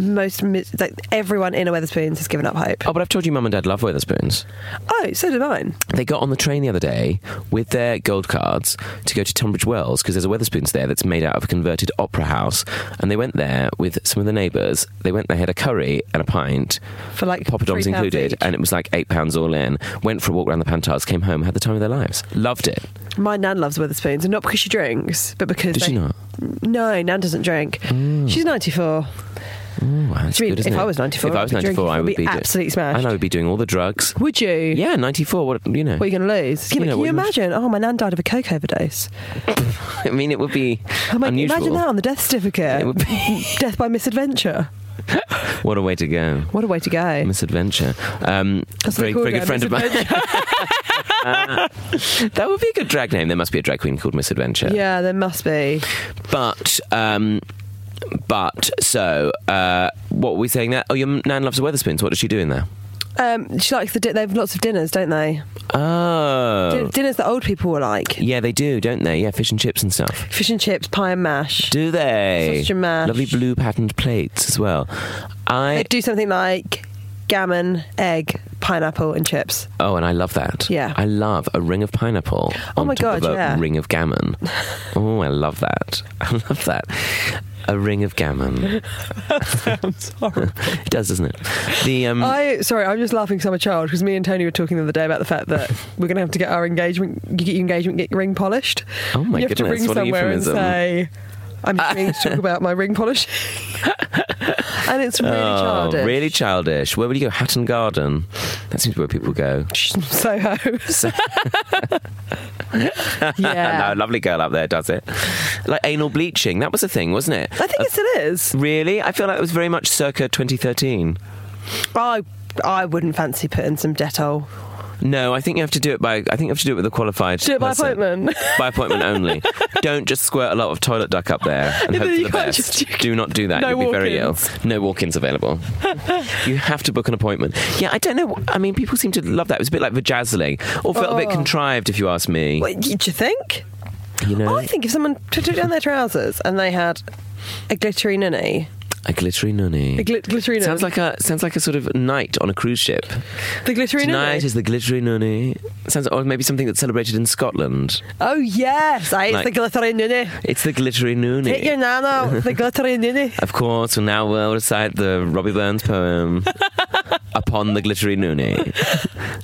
[SPEAKER 2] most mis- like everyone in a Wetherspoons has given up hope.
[SPEAKER 1] Oh, but I've told you, Mum and Dad love Weatherspoons.
[SPEAKER 2] Oh, so did mine.
[SPEAKER 1] They got on the train the other day with their gold cards to go to Tunbridge Wells because there's a Weatherspoons there that's made out of a converted opera house. And they went there with some of the neighbours. They went there, had a curry and a pint,
[SPEAKER 2] For like
[SPEAKER 1] poppadoms
[SPEAKER 2] £3
[SPEAKER 1] included,
[SPEAKER 2] each.
[SPEAKER 1] and it was like £8 all in. Went for a walk around the Pantiles, came home, had the time of their lives. Loved it.
[SPEAKER 2] My nan loves Wetherspoons, and not because she drinks, but because
[SPEAKER 1] Did
[SPEAKER 2] they-
[SPEAKER 1] she not?
[SPEAKER 2] No, nan doesn't drink. She's 94.
[SPEAKER 1] Ooh, Oh, wow, that's
[SPEAKER 2] I mean,
[SPEAKER 1] good,
[SPEAKER 2] if
[SPEAKER 1] isn't it?
[SPEAKER 2] I was 94,
[SPEAKER 1] if I
[SPEAKER 2] I'd
[SPEAKER 1] was
[SPEAKER 2] be
[SPEAKER 1] 94,
[SPEAKER 2] drinking,
[SPEAKER 1] I
[SPEAKER 2] I'd
[SPEAKER 1] would
[SPEAKER 2] be
[SPEAKER 1] do-
[SPEAKER 2] absolutely smashed.
[SPEAKER 1] And I would be doing all the drugs.
[SPEAKER 2] Would you?
[SPEAKER 1] Yeah, 94. What you know?
[SPEAKER 2] What are you going to lose?
[SPEAKER 1] You
[SPEAKER 2] You know,
[SPEAKER 1] know,
[SPEAKER 2] can you
[SPEAKER 1] what you-
[SPEAKER 2] imagine? Oh, my nan died of a coke overdose.
[SPEAKER 1] I mean, it would be
[SPEAKER 2] I'm like,
[SPEAKER 1] unusual.
[SPEAKER 2] imagine that on the death certificate.
[SPEAKER 1] It would be.
[SPEAKER 2] Death by misadventure.
[SPEAKER 1] what a way to go.
[SPEAKER 2] What a way to go.
[SPEAKER 1] Misadventure. Um,
[SPEAKER 2] That's
[SPEAKER 1] very,
[SPEAKER 2] what
[SPEAKER 1] very good
[SPEAKER 2] they call
[SPEAKER 1] friend of
[SPEAKER 2] it,
[SPEAKER 1] mine. that would be a good drag name. There must be a drag queen called Misadventure.
[SPEAKER 2] yeah, there must be.
[SPEAKER 1] But, um, but so uh, what were we saying there? Oh, your nan loves the Weatherspoons. What does she do in there?
[SPEAKER 2] Um, she likes the. Di- they have lots of dinners, don't they? Din-
[SPEAKER 1] Oh,
[SPEAKER 2] Dinners that old people will like.
[SPEAKER 1] yeah, they do, don't they? Yeah, fish and chips and stuff.
[SPEAKER 2] Fish and chips, pie and mash.
[SPEAKER 1] Do they?
[SPEAKER 2] Sausage and mash.
[SPEAKER 1] Lovely blue patterned plates as well.
[SPEAKER 2] they
[SPEAKER 1] I
[SPEAKER 2] do something like gammon, egg, pineapple, and chips.
[SPEAKER 1] oh, and I love that.
[SPEAKER 2] Yeah.
[SPEAKER 1] I love a ring of pineapple.
[SPEAKER 2] Oh
[SPEAKER 1] on
[SPEAKER 2] my
[SPEAKER 1] top of
[SPEAKER 2] God,
[SPEAKER 1] a
[SPEAKER 2] yeah.
[SPEAKER 1] Ring of gammon. oh, I love that. I love that. A ring of gammon.
[SPEAKER 2] Sorry.
[SPEAKER 1] It does, doesn't it? The um,
[SPEAKER 2] I sorry, I'm just laughing because I'm a child. Because me and Tony were talking the other day about the fact that we're going to have to get our engagement, you get your engagement get your ring polished.
[SPEAKER 1] Oh my
[SPEAKER 2] you have
[SPEAKER 1] goodness,
[SPEAKER 2] to ring
[SPEAKER 1] what a
[SPEAKER 2] somewhere and
[SPEAKER 1] euphemism.
[SPEAKER 2] say, "I'm just going to talk about my ring polish," and it's really
[SPEAKER 1] oh,
[SPEAKER 2] childish.
[SPEAKER 1] really childish. Where would you go? Hatton Garden. That seems to be where people go.
[SPEAKER 2] Soho.
[SPEAKER 1] So-
[SPEAKER 2] yeah.
[SPEAKER 1] no, lovely girl up there does it. Like anal bleaching. That was a thing, wasn't it?
[SPEAKER 2] I think it still is.
[SPEAKER 1] Really? I feel like it was very much circa 2013.
[SPEAKER 2] I I wouldn't fancy putting some Dettol.
[SPEAKER 1] No, I think you have to do it by. I think you have to do it with a qualified.
[SPEAKER 2] Do it by
[SPEAKER 1] person.
[SPEAKER 2] appointment.
[SPEAKER 1] By appointment only. Don't just squirt a lot of toilet duck up there and
[SPEAKER 2] No,
[SPEAKER 1] hope
[SPEAKER 2] you
[SPEAKER 1] for the
[SPEAKER 2] can't
[SPEAKER 1] best.
[SPEAKER 2] just- you
[SPEAKER 1] do not do that.
[SPEAKER 2] No
[SPEAKER 1] You'll be very ill.
[SPEAKER 2] walk-ins.
[SPEAKER 1] No walk-ins available. you have to book an appointment. Yeah, I don't know. I mean, people seem to love that. It was a bit like vajazzling, or felt a bit
[SPEAKER 2] Oh.
[SPEAKER 1] contrived, if you ask me.
[SPEAKER 2] What, do you think?
[SPEAKER 1] You know,
[SPEAKER 2] I think if someone t- took down their trousers and they had a glittery ninny,
[SPEAKER 1] a glittery nunny.
[SPEAKER 2] a gl- glittery
[SPEAKER 1] sounds
[SPEAKER 2] ninny-
[SPEAKER 1] like a sounds like a sort of night on a cruise ship.
[SPEAKER 2] the glittery
[SPEAKER 1] Tonight
[SPEAKER 2] ninny.
[SPEAKER 1] is the glittery nunny. Sounds or maybe something that's celebrated in Scotland.
[SPEAKER 2] Oh yes, I, it's
[SPEAKER 1] Like-
[SPEAKER 2] the glittery ninny.
[SPEAKER 1] It's the glittery nunny.
[SPEAKER 2] Get your nan out, the glittery ninny.
[SPEAKER 1] Of course, and now we'll recite the Robbie Burns poem upon the glittery noonie.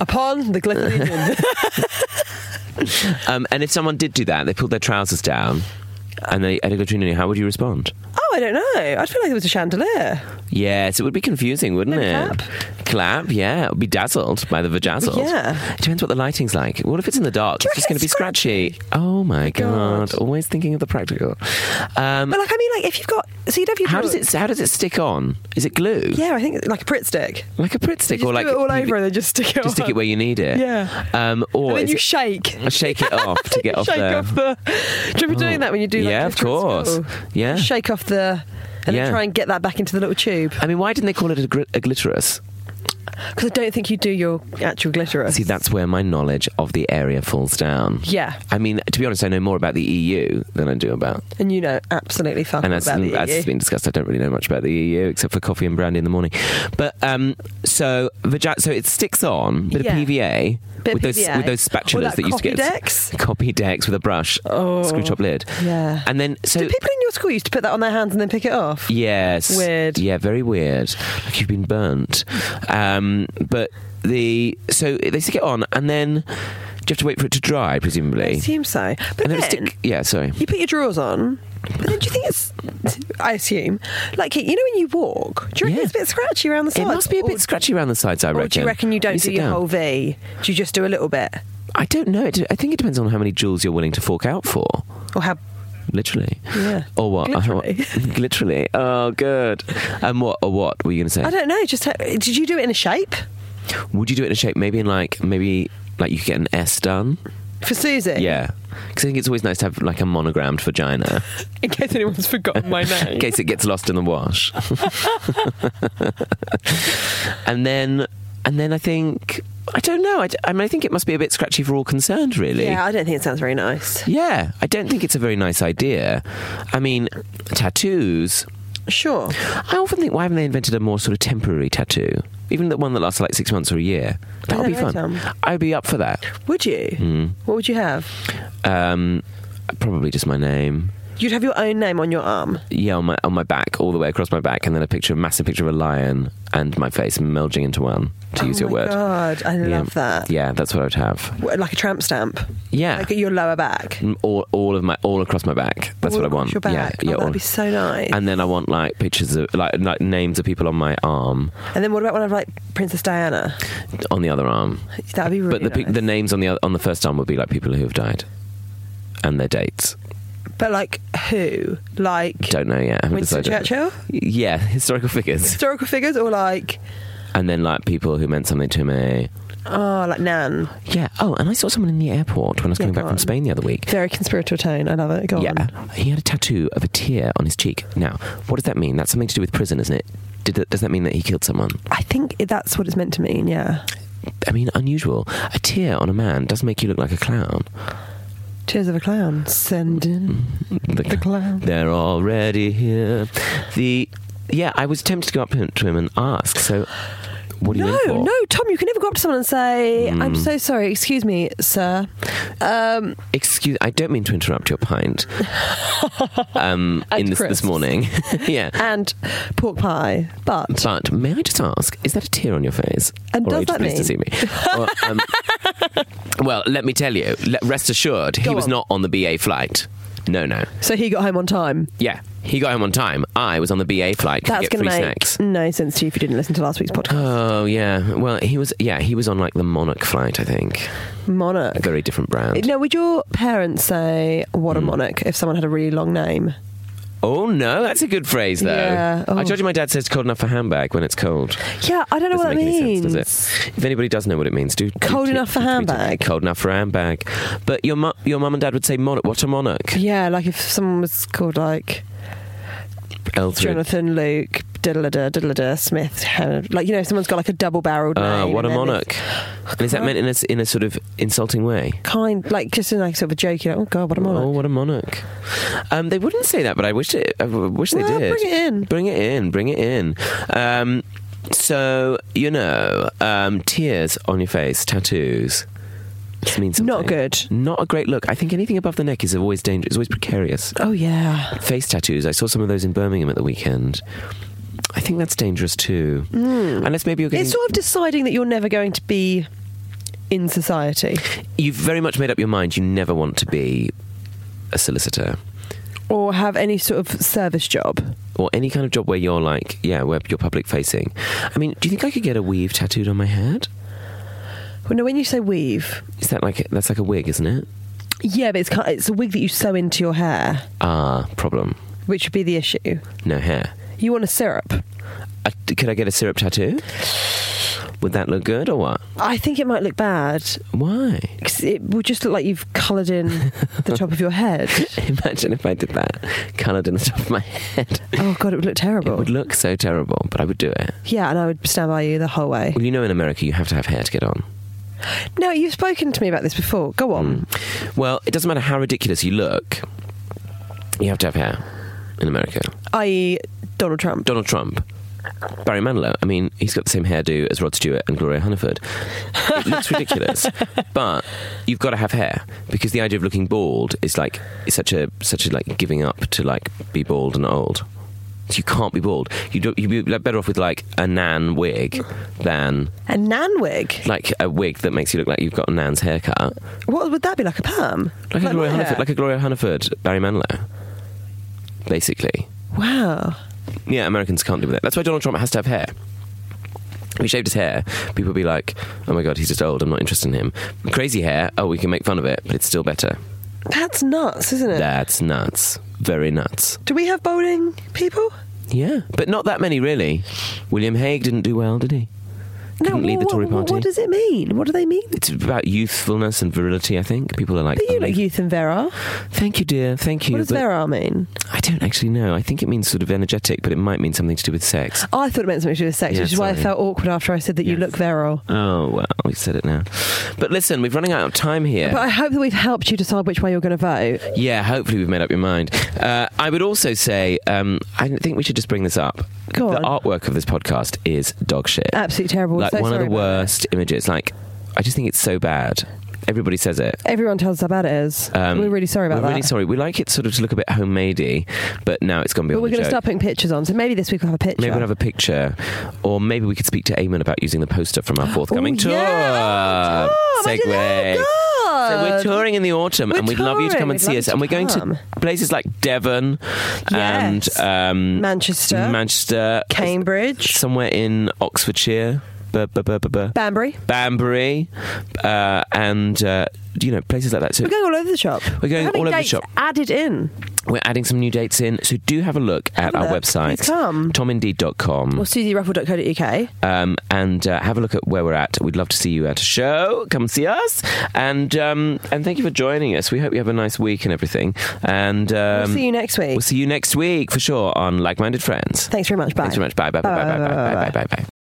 [SPEAKER 2] Upon the glittery ninny.
[SPEAKER 1] Um, and if someone did do that, they pulled their trousers down and they had a glittery noonie, how would you respond?
[SPEAKER 2] Oh, I don't know. I'd feel like it was a chandelier.
[SPEAKER 1] Yes, it would be confusing, wouldn't
[SPEAKER 2] Maybe
[SPEAKER 1] it? Clap, yeah. Be dazzled by the vajazzled.
[SPEAKER 2] Yeah.
[SPEAKER 1] It depends what the lighting's like. What if it's in the dark?
[SPEAKER 2] Do you
[SPEAKER 1] It's just
[SPEAKER 2] reckon
[SPEAKER 1] going to be
[SPEAKER 2] it's
[SPEAKER 1] scratchy. Oh my god.
[SPEAKER 2] God.
[SPEAKER 1] Always thinking of the practical. Um,
[SPEAKER 2] But like, I mean, like if you've got, so you'd have your.
[SPEAKER 1] how does it how does it stick on? Is it glue?
[SPEAKER 2] Yeah, I think like a Pritt stick.
[SPEAKER 1] Like a Pritt stick
[SPEAKER 2] You
[SPEAKER 1] or
[SPEAKER 2] just
[SPEAKER 1] like
[SPEAKER 2] do it all
[SPEAKER 1] you-
[SPEAKER 2] over and then just stick it.
[SPEAKER 1] just stick
[SPEAKER 2] on.
[SPEAKER 1] it where you need it.
[SPEAKER 2] Yeah.
[SPEAKER 1] Um or
[SPEAKER 2] And then
[SPEAKER 1] is
[SPEAKER 2] you
[SPEAKER 1] it-
[SPEAKER 2] shake.
[SPEAKER 1] shake it off to get off
[SPEAKER 2] shake
[SPEAKER 1] there. Oh.
[SPEAKER 2] off the. Do you remember doing that when you do? Like,
[SPEAKER 1] yeah, of
[SPEAKER 2] glitter at
[SPEAKER 1] course.
[SPEAKER 2] school?
[SPEAKER 1] Yeah.
[SPEAKER 2] Shake off the, and
[SPEAKER 1] Yeah.
[SPEAKER 2] then try and get that back into the little tube
[SPEAKER 1] I mean, why didn't they call it a, gl- a glitterous?
[SPEAKER 2] because I don't think you do your actual glitterer.
[SPEAKER 1] See, that's where my knowledge of the area falls down.
[SPEAKER 2] yeah,
[SPEAKER 1] I mean, to be honest, I know more about the EU than I do about.
[SPEAKER 2] and you know absolutely fuck
[SPEAKER 1] And
[SPEAKER 2] all
[SPEAKER 1] as,
[SPEAKER 2] about the E
[SPEAKER 1] as
[SPEAKER 2] EU.
[SPEAKER 1] it's been discussed, I don't really know much about the EU except for coffee and brandy in the morning. But um, so vagi- so it sticks on, bit
[SPEAKER 2] Yeah.
[SPEAKER 1] of PVA
[SPEAKER 2] Bit of
[SPEAKER 1] with those
[SPEAKER 2] PVA.
[SPEAKER 1] with those
[SPEAKER 2] Or
[SPEAKER 1] spatulas
[SPEAKER 2] that
[SPEAKER 1] that used to
[SPEAKER 2] coffee
[SPEAKER 1] get
[SPEAKER 2] decks.
[SPEAKER 1] copy decks with a brush,
[SPEAKER 2] Oh.
[SPEAKER 1] screw top lid,
[SPEAKER 2] Yeah.
[SPEAKER 1] and then so
[SPEAKER 2] Did people in your school used to put that on their hands and then pick it off?
[SPEAKER 1] Yes.
[SPEAKER 2] Weird.
[SPEAKER 1] Yeah, very weird. Like you've been burnt. Um, but the so they stick it on, and then you have to wait for it to dry,
[SPEAKER 2] I
[SPEAKER 1] presumably.
[SPEAKER 2] assume so. But
[SPEAKER 1] And then,
[SPEAKER 2] then,
[SPEAKER 1] it stick. Yeah, sorry.
[SPEAKER 2] you put your drawers on. But then do you think it's? I assume, like you know, when you walk, do you reckon
[SPEAKER 1] Yeah.
[SPEAKER 2] it's a bit scratchy around the
[SPEAKER 1] It
[SPEAKER 2] sides?
[SPEAKER 1] must be a
[SPEAKER 2] Or-
[SPEAKER 1] bit scratchy around the sides, I
[SPEAKER 2] Or
[SPEAKER 1] reckon.
[SPEAKER 2] Oh, do you reckon you don't
[SPEAKER 1] Let me
[SPEAKER 2] do
[SPEAKER 1] sit
[SPEAKER 2] your
[SPEAKER 1] down.
[SPEAKER 2] whole V? Do you just do a little bit,
[SPEAKER 1] I don't know. It- I think it depends on how many joules you're willing to fork out for.
[SPEAKER 2] or how? Oh,
[SPEAKER 1] Literally.
[SPEAKER 2] Yeah.
[SPEAKER 1] Or what?
[SPEAKER 2] Literally.
[SPEAKER 1] Literally. Oh, good. And what? Or what were you going to say?
[SPEAKER 2] I don't know. Just how, did you do it in a shape
[SPEAKER 1] Would you do it in a shape? Maybe in like maybe like you could get an S done.
[SPEAKER 2] for Susie?
[SPEAKER 1] Yeah. Because I think it's always nice to have like a monogrammed vagina.
[SPEAKER 2] In case anyone's forgotten my name.
[SPEAKER 1] in case it gets lost in the wash. and then, and then I think I don't know. I, d- I mean, I think it must be a bit scratchy for all concerned, really.
[SPEAKER 2] Yeah, I don't think it sounds very nice.
[SPEAKER 1] Yeah, I don't think it's a very nice idea. I mean, tattoos.
[SPEAKER 2] Sure.
[SPEAKER 1] I often think, why haven't they invented a more sort of temporary tattoo? Even the one that lasts like six months or a year. That would
[SPEAKER 2] I
[SPEAKER 1] be
[SPEAKER 2] know,
[SPEAKER 1] fun.
[SPEAKER 2] Tom.
[SPEAKER 1] I'd be up for that.
[SPEAKER 2] Would you? What would you have?
[SPEAKER 1] Um, probably just my name.
[SPEAKER 2] You'd have your own name on your arm.
[SPEAKER 1] Yeah, on my on my back, all the way across my back, and then a picture, a massive picture of a lion and my face merging into one. To use
[SPEAKER 2] oh
[SPEAKER 1] your
[SPEAKER 2] my
[SPEAKER 1] word.
[SPEAKER 2] God, I
[SPEAKER 1] yeah.
[SPEAKER 2] love that.
[SPEAKER 1] Yeah, that's what I would have.
[SPEAKER 2] What, Like a tramp stamp.
[SPEAKER 1] Yeah,
[SPEAKER 2] Like at your lower back.
[SPEAKER 1] Mm, all all of my all across my back. That's
[SPEAKER 2] All
[SPEAKER 1] what I
[SPEAKER 2] across
[SPEAKER 1] want.
[SPEAKER 2] Your back.
[SPEAKER 1] Yeah,
[SPEAKER 2] Oh,
[SPEAKER 1] yeah. all-
[SPEAKER 2] that'd be so nice. And,
[SPEAKER 1] and then I want like pictures of like like names of people on my arm,
[SPEAKER 2] then what about one of like Princess Diana?
[SPEAKER 1] on the other arm.
[SPEAKER 2] That'd be really
[SPEAKER 1] but the pe-
[SPEAKER 2] nice.
[SPEAKER 1] the names on the oth- on the first arm would be like people who have died, and their dates.
[SPEAKER 2] but like who? Like
[SPEAKER 1] Don't know yet. I haven't
[SPEAKER 2] Winston
[SPEAKER 1] decided.
[SPEAKER 2] Churchill?
[SPEAKER 1] Yeah, historical figures,
[SPEAKER 2] Historical figures or like
[SPEAKER 1] and then like people who meant something to me.
[SPEAKER 2] oh like Nan.
[SPEAKER 1] Yeah. Oh, and I saw someone in the airport when I was
[SPEAKER 2] Yeah,
[SPEAKER 1] coming back
[SPEAKER 2] go
[SPEAKER 1] from
[SPEAKER 2] on.
[SPEAKER 1] Spain the other week.
[SPEAKER 2] Very conspiratorial tone. I love it. Go
[SPEAKER 1] Yeah.
[SPEAKER 2] on.
[SPEAKER 1] He had a tattoo of a tear on his cheek. Now, what does that mean? That's something to do with prison, isn't it? Did that, does that mean that he killed someone?
[SPEAKER 2] I think it- that's what it's meant to mean, yeah.
[SPEAKER 1] I mean, unusual. A tear on a man does make you look like a clown.
[SPEAKER 2] Tears of a clown. Send in
[SPEAKER 1] Mm.
[SPEAKER 2] the clown.
[SPEAKER 1] They're already here. The yeah, I was tempted to go up to him and ask. So, what do you
[SPEAKER 2] No,
[SPEAKER 1] in for?
[SPEAKER 2] no, Tom, you can never go up to someone and say, I'm
[SPEAKER 1] Mm.
[SPEAKER 2] so sorry, excuse me, sir. Um,
[SPEAKER 1] Excuse, I don't mean to interrupt your pint. um,
[SPEAKER 2] And
[SPEAKER 1] in this
[SPEAKER 2] crisps.
[SPEAKER 1] this morning, yeah.
[SPEAKER 2] and pork pie. But
[SPEAKER 1] But may I just ask, is that a tear on your face?
[SPEAKER 2] And
[SPEAKER 1] or
[SPEAKER 2] does
[SPEAKER 1] are you just
[SPEAKER 2] that
[SPEAKER 1] pleased to see me? Or, um, well, let me tell you. le- rest assured, he
[SPEAKER 2] Go
[SPEAKER 1] was
[SPEAKER 2] on.
[SPEAKER 1] not on the BA flight. No, no.
[SPEAKER 2] so he got home on time.
[SPEAKER 1] Yeah, he got home on time. I was on the BA flight. Could
[SPEAKER 2] That's
[SPEAKER 1] get
[SPEAKER 2] going
[SPEAKER 1] free
[SPEAKER 2] to make
[SPEAKER 1] snacks.
[SPEAKER 2] no sense to you if you didn't listen to last week's podcast.
[SPEAKER 1] Oh yeah. Well, he was. Yeah, he was on like the Monarch flight. I think
[SPEAKER 2] Monarch.
[SPEAKER 1] a very different brand.
[SPEAKER 2] Now, would your parents say, what a
[SPEAKER 1] Hmm.
[SPEAKER 2] monarch, if someone had a really long name?
[SPEAKER 1] Oh no, that's a good phrase though.
[SPEAKER 2] Yeah, oh.
[SPEAKER 1] I told you my dad says cold enough for handbag when it's cold.
[SPEAKER 2] Yeah, I don't know
[SPEAKER 1] Doesn't
[SPEAKER 2] what that
[SPEAKER 1] make any
[SPEAKER 2] means.
[SPEAKER 1] sense, does it? If anybody does know what it means, do do
[SPEAKER 2] Cold
[SPEAKER 1] t-
[SPEAKER 2] enough for
[SPEAKER 1] tweet it.
[SPEAKER 2] handbag.
[SPEAKER 1] Cold enough for handbag. But your mu- your mum and dad would say monarch. What a monarch.
[SPEAKER 2] Yeah, like if someone was called like
[SPEAKER 1] Elthrid.
[SPEAKER 2] Jonathan, Luke, diddle diddle Smith, Hannah. Like, you know, if someone's got like a double barreled
[SPEAKER 1] Ah,
[SPEAKER 2] name.
[SPEAKER 1] what a
[SPEAKER 2] and then
[SPEAKER 1] monarch. And is that meant in a s- in a sort of insulting way?
[SPEAKER 2] it's Kind, like just in like sort of a joke, like, oh God, what a
[SPEAKER 1] Oh,
[SPEAKER 2] monarch.
[SPEAKER 1] what a monarch! Um, they wouldn't say that, but I wish it. I w- wish
[SPEAKER 2] Well,
[SPEAKER 1] they did.
[SPEAKER 2] bring it in.
[SPEAKER 1] Bring it in. Bring it in. Um, so you know, um, tears on your face, tattoos. This means something.
[SPEAKER 2] Not good.
[SPEAKER 1] Not a great look. I think anything above the neck is always dangerous. It's always precarious.
[SPEAKER 2] Oh, yeah.
[SPEAKER 1] Face tattoos. I saw some of those in Birmingham at the weekend. I think that's dangerous too. Unless maybe you're getting.
[SPEAKER 2] Hmm. It's sort of deciding that you're never going to be in society
[SPEAKER 1] you've very much made up your mind. You never want to be a solicitor.
[SPEAKER 2] or have any sort of service job.
[SPEAKER 1] or any kind of job where you're like, yeah, where you're public facing. I mean, do you think I could get a weave tattooed on my head?
[SPEAKER 2] Well, no, when you say weave,
[SPEAKER 1] Is that like that's like a wig, isn't it?
[SPEAKER 2] yeah, but it's kind it's a wig that you sew into your hair,
[SPEAKER 1] Ah, problem.
[SPEAKER 2] which would be the issue.
[SPEAKER 1] No hair.
[SPEAKER 2] You want a syrup?
[SPEAKER 1] Uh, could I get a syrup tattoo? Would that look good or what?
[SPEAKER 2] I think it might look bad
[SPEAKER 1] Why?
[SPEAKER 2] because it would just look like you've coloured in the top of your head.
[SPEAKER 1] Imagine if I did that, coloured in the top of my head.
[SPEAKER 2] Oh god, it would look terrible.
[SPEAKER 1] It would look so terrible, but I would do it.
[SPEAKER 2] yeah, and I would stand by you the whole way.
[SPEAKER 1] Well, you know, in America, you have to have hair to get on.
[SPEAKER 2] No, you've spoken to me about this before. Go
[SPEAKER 1] Hmm.
[SPEAKER 2] on.
[SPEAKER 1] Mm. Well, it doesn't matter how ridiculous you look, you have to have hair in America.
[SPEAKER 2] I.e., E Donald Trump.
[SPEAKER 1] Donald Trump, Barry Manilow. I mean, he's got the same hairdo as Rod Stewart and Gloria Hunniford. It looks ridiculous, but you've got to have hair because the idea of looking bald is like is such a such a like giving up to like be bald and old. So you can't be bald. You do, you'd be like, better off with like a nan wig than
[SPEAKER 2] And Nanwig.
[SPEAKER 1] like a wig that makes you look like you've got a nan's haircut,
[SPEAKER 2] What would that be like a perm?
[SPEAKER 1] like, a
[SPEAKER 2] my
[SPEAKER 1] Gloria
[SPEAKER 2] hair?
[SPEAKER 1] Hunniford, like a Gloria Hunniford, Barry Manilow, basically.
[SPEAKER 2] wow.
[SPEAKER 1] Yeah, Americans can't deal with it. That's why Donald Trump has to have hair. If he shaved his hair, people would be like, oh my god, he's just old, I'm not interested in him. Crazy hair, oh, we can make fun of it, but it's still better.
[SPEAKER 2] That's nuts, isn't it?
[SPEAKER 1] That's nuts. Very nuts.
[SPEAKER 2] Do we have bowling people?
[SPEAKER 1] Yeah, but not that many, really. William Hague didn't do well, did he? Couldn't lead the
[SPEAKER 2] what,
[SPEAKER 1] Tory
[SPEAKER 2] what-
[SPEAKER 1] party.
[SPEAKER 2] What does it mean? What do they mean?
[SPEAKER 1] It's about youthfulness and virility, I think. People are like,
[SPEAKER 2] But you look
[SPEAKER 1] "Oh,
[SPEAKER 2] youth and Vera.
[SPEAKER 1] thank you, dear, thank you.
[SPEAKER 2] What does
[SPEAKER 1] but
[SPEAKER 2] Vera mean?
[SPEAKER 1] I don't actually know. I think it means sort of energetic, but it might mean something to do with sex.
[SPEAKER 2] Oh, I thought it meant something to do with sex,
[SPEAKER 1] Yeah,
[SPEAKER 2] which is why I
[SPEAKER 1] sorry.
[SPEAKER 2] felt awkward after I said that you
[SPEAKER 1] Yes.
[SPEAKER 2] look virile.
[SPEAKER 1] Oh, well, we said it now. But listen, we're running out of time here.
[SPEAKER 2] But I hope that we've helped you decide which way you're going to vote.
[SPEAKER 1] Yeah, hopefully we've made up your mind. Uh, I would also say, um, I think we should just bring this up.
[SPEAKER 2] Go
[SPEAKER 1] the
[SPEAKER 2] on.
[SPEAKER 1] artwork of this podcast is dog shit.
[SPEAKER 2] Absolutely terrible.
[SPEAKER 1] like
[SPEAKER 2] so
[SPEAKER 1] one of
[SPEAKER 2] sorry
[SPEAKER 1] the
[SPEAKER 2] about
[SPEAKER 1] worst images. Like, I just think it's so bad. Everybody says it.
[SPEAKER 2] that. Everyone tells us how bad it is.
[SPEAKER 1] Um,
[SPEAKER 2] we're really sorry about
[SPEAKER 1] we're
[SPEAKER 2] that.
[SPEAKER 1] really sorry. We like it sort of to look a bit homemadey, but now it's gone
[SPEAKER 2] But
[SPEAKER 1] beyond
[SPEAKER 2] we're
[SPEAKER 1] the
[SPEAKER 2] going to
[SPEAKER 1] joke.
[SPEAKER 2] start putting pictures on, so maybe this week we'll have a picture.
[SPEAKER 1] Maybe we'll have a picture, or maybe we could speak to Eamon about using the poster from our forthcoming
[SPEAKER 2] Oh,
[SPEAKER 1] tour.
[SPEAKER 2] yeah. Oh, imagine
[SPEAKER 1] Segue.
[SPEAKER 2] that. God.
[SPEAKER 1] So we're touring in the autumn,
[SPEAKER 2] Um, We're
[SPEAKER 1] and we'd love you to
[SPEAKER 2] touring.
[SPEAKER 1] come and
[SPEAKER 2] We'd
[SPEAKER 1] see
[SPEAKER 2] love
[SPEAKER 1] us.
[SPEAKER 2] you
[SPEAKER 1] And
[SPEAKER 2] to
[SPEAKER 1] we're going
[SPEAKER 2] come.
[SPEAKER 1] to places like Devon
[SPEAKER 2] Yes.
[SPEAKER 1] and um,
[SPEAKER 2] Manchester,
[SPEAKER 1] Manchester,
[SPEAKER 2] Cambridge,
[SPEAKER 1] somewhere in Oxfordshire, bu- bu- bu- bu- bu-
[SPEAKER 2] Banbury.
[SPEAKER 1] Banbury, uh, and uh, you know places like that. So
[SPEAKER 2] We're going all over the shop.
[SPEAKER 1] We're going
[SPEAKER 2] having
[SPEAKER 1] all over the
[SPEAKER 2] dates
[SPEAKER 1] shop.
[SPEAKER 2] Added in.
[SPEAKER 1] we're adding some new dates in. So do have a look at
[SPEAKER 2] a
[SPEAKER 1] our
[SPEAKER 2] look.
[SPEAKER 1] website,
[SPEAKER 2] Please come. Or
[SPEAKER 1] tomindeed.com,
[SPEAKER 2] susieruffle.co.uk.
[SPEAKER 1] um, and uh, have a look at where we're at. We'd love to see you at a show. Come see us, and um, and thank you for joining us. We hope you have a nice week and everything. And um,
[SPEAKER 2] we'll see you next week.
[SPEAKER 1] We'll see you next week for sure on Like Minded Friends.
[SPEAKER 2] Thanks very much. Bye.
[SPEAKER 1] Thanks very much. Bye bye bye bye bye bye bye bye bye. bye.